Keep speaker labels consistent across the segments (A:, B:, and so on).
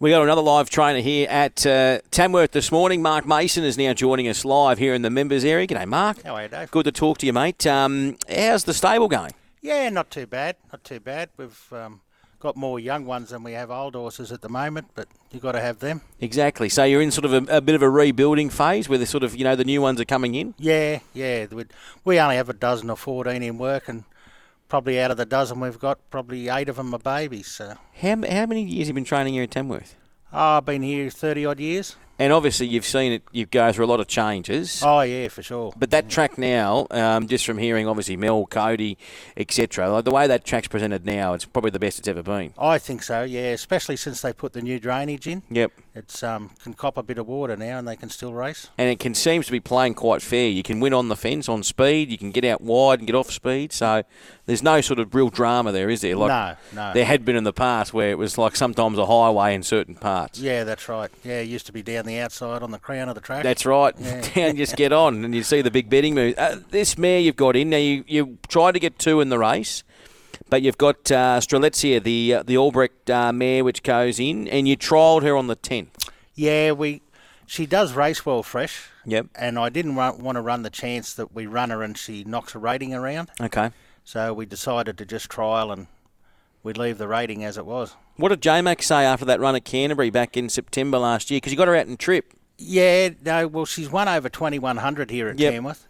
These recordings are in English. A: We got another live trainer here at uh, Tamworth this morning. Mark Mason is now joining us live here in the members area. G'day, Mark.
B: How are you, Dave?
A: Good to talk to you, mate. Um, how's the stable going?
B: Yeah, not too bad. Not too bad. We've um, got more young ones than we have old horses at the moment, but you've got to have them.
A: Exactly. So you're in sort of a, a bit of a rebuilding phase where the sort of you know the new ones are coming in.
B: Yeah, yeah. We'd, we only have a dozen or 14 in work, and probably out of the dozen we've got, probably eight of them are babies. So.
A: How, how many years have you been training here at Tamworth?
B: Oh, I've been here 30 odd years.
A: And obviously, you've seen it. You go through a lot of changes.
B: Oh, yeah, for sure.
A: But that track now, um, just from hearing obviously Mel, Cody, etc., like the way that track's presented now, it's probably the best it's ever been.
B: I think so, yeah, especially since they put the new drainage in.
A: Yep.
B: It's um, can cop a bit of water now and they can still race.
A: And it can seems to be playing quite fair. You can win on the fence on speed. You can get out wide and get off speed. So there's no sort of real drama there, is there?
B: No, no.
A: There had been in the past where it was like sometimes a highway in certain parts.
B: Yeah, that's right. Yeah, it used to be down the outside on the crown of the track.
A: That's right.
B: Yeah.
A: Down, just get on, and you see the big betting move. Uh, this mare you've got in now, you you tried to get two in the race, but you've got uh, Strelitzia, the uh, the Albrecht uh, mare, which goes in, and you trialled her on the tenth.
B: Yeah, we. She does race well fresh.
A: Yep.
B: And I didn't wa- want to run the chance that we run her and she knocks a rating around.
A: Okay.
B: So we decided to just trial and we leave the rating as it was.
A: What did J Mac say after that run at Canterbury back in September last year? Because you got her out in trip.
B: Yeah, no, well, she's won over 2100 here at
A: Yep.
B: Tamworth.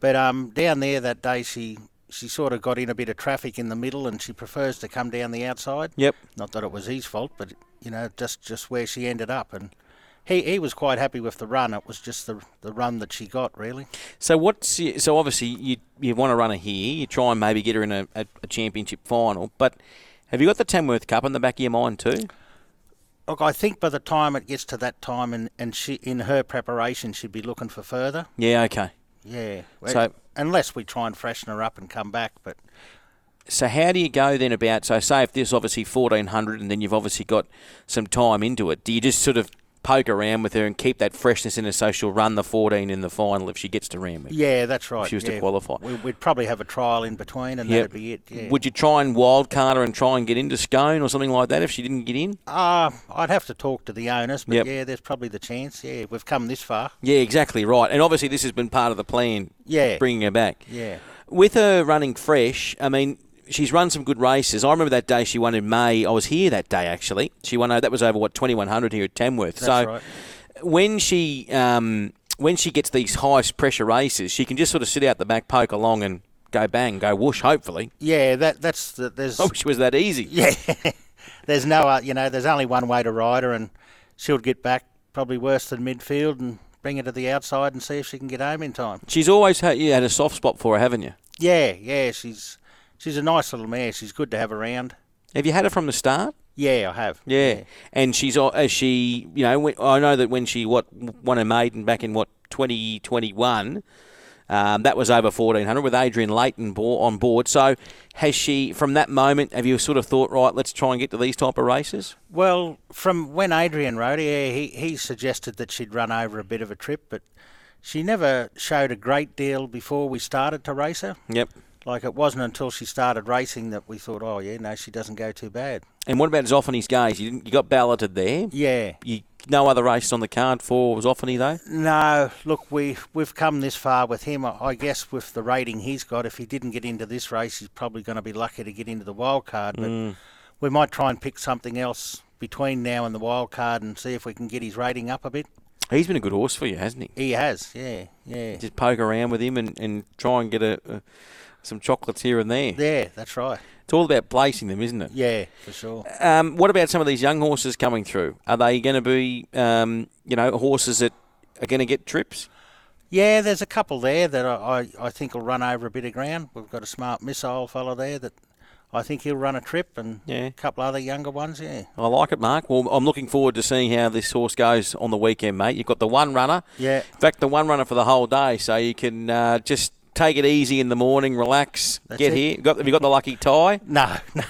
B: But um, down there that day, she, she sort of got in a bit of traffic in the middle and she prefers to come down the outside.
A: Yep.
B: Not that it was his fault, but, you know, just, just where she ended up. And he, he was quite happy with the run. It was just the, the run that she got, really.
A: So what's y- so obviously you you want to run her here. You try and maybe get her in a, a, a championship final, but. Have you got the Tamworth Cup in the back of your mind too?
B: Look, I think by the time it gets to that time and, and she in her preparation, she'd be looking for further.
A: Yeah, okay.
B: Yeah.
A: So-
B: unless we try and freshen her up and come back, but
A: So how do you go then about so say if there's obviously fourteen hundred and then you've obviously got some time into it, do you just sort of poke around with her and keep that freshness in her so she'll run the fourteen in the final if she gets to Ramwick?
B: yeah, that's right.
A: she was to
B: yeah.
A: qualify.
B: we, we'd probably have a trial in between, and
A: Yep.
B: that'd be it. Yeah.
A: Would you try and wildcard her and try and get into Scone or something like that if she didn't get in?
B: Uh, I'd have to talk to the owners, but
A: Yep.
B: yeah, there's probably the chance. Yeah, we've come this far.
A: Yeah, exactly right. And obviously this has been part of the plan.
B: Yeah.
A: bringing her back.
B: Yeah.
A: With her running fresh, I mean, she's run some good races. I remember that day she won in May. I was here that day actually. She won uh, that was over what twenty one hundred here at Tamworth. so
B: right.
A: when she um, when she gets these highest pressure races, she can just sort of sit out the back, poke along, and go bang, go whoosh. Hopefully,
B: Yeah, that that's the, there's
A: I wish it was that easy.
B: yeah, there's no uh, you know there's only one way to ride her, and she'll get back probably worse than midfield and bring her to the outside and see if she can get home in time.
A: She's always had, you had a soft spot for her, haven't you?
B: Yeah, yeah, she's she's a nice little mare. She's good to have around.
A: Have you had her from the start?
B: Yeah, I have.
A: Yeah, and she's al- uh, she you know when, I know that when she what won her maiden back in what twenty twenty one, um, that was over fourteen hundred with Adrian Leighton bo- on board. So has she from that moment have you sort of thought right? Let's try and get to these type of races.
B: Well, from when Adrian rode her, yeah, he he suggested that she'd run over a bit of a trip, but she never showed a great deal before we started to race her.
A: Yep.
B: Like it wasn't until she started racing that we thought, oh yeah, no, she doesn't go too bad.
A: And what about Zoffany's gaze? You, didn't, you got balloted there.
B: Yeah.
A: You, no other race on the card for Zoffany though.
B: No, look, we we've come this far with him. I I guess with the rating he's got, if he didn't get into this race, he's probably going to be lucky to get into the wild card. But
A: Mm.
B: we might try and pick something else between now and the wild card and see if we can get his rating up a bit.
A: He's been a good horse for you, hasn't he?
B: He has, yeah, yeah,
A: Just poke around with him and, and try and get a, a some chocolates here and there.
B: yeah. That's right.
A: It's all about placing them, isn't it?
B: Yeah, for sure.
A: Um, what about some of these young horses coming through? Are they going to be, um, you know, horses that are going to get trips?
B: Yeah, there's a couple there that I, I, I think will run over a bit of ground. We've got a smart missile fella there that I think he'll run a trip, and
A: Yeah.
B: a couple other younger ones. Yeah,
A: I like it, Mark. Well, I'm looking forward to seeing how this horse goes on the weekend, mate. You've got the one runner.
B: Yeah.
A: In fact, the one runner for the whole day, so you can uh, just take it easy in the morning, relax,
B: That's
A: get
B: it.
A: here. Got, have you got the lucky tie?
B: no, no.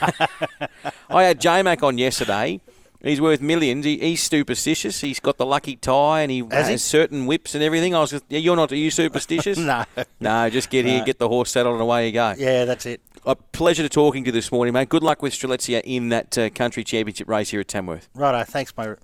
A: I had J Mac on yesterday. He's worth millions. He, he's superstitious. He's got the lucky tie and he has,
B: Has he?
A: certain whips and everything. I was just, yeah, you're not, are you superstitious?
B: No.
A: No, just get here, get the horse saddled and away you go.
B: Yeah, that's it.
A: A pleasure to talking to you this morning, mate. Good luck with Strelitzia in that uh, country championship uh, race here at Tamworth.
B: Righto, thanks, mate.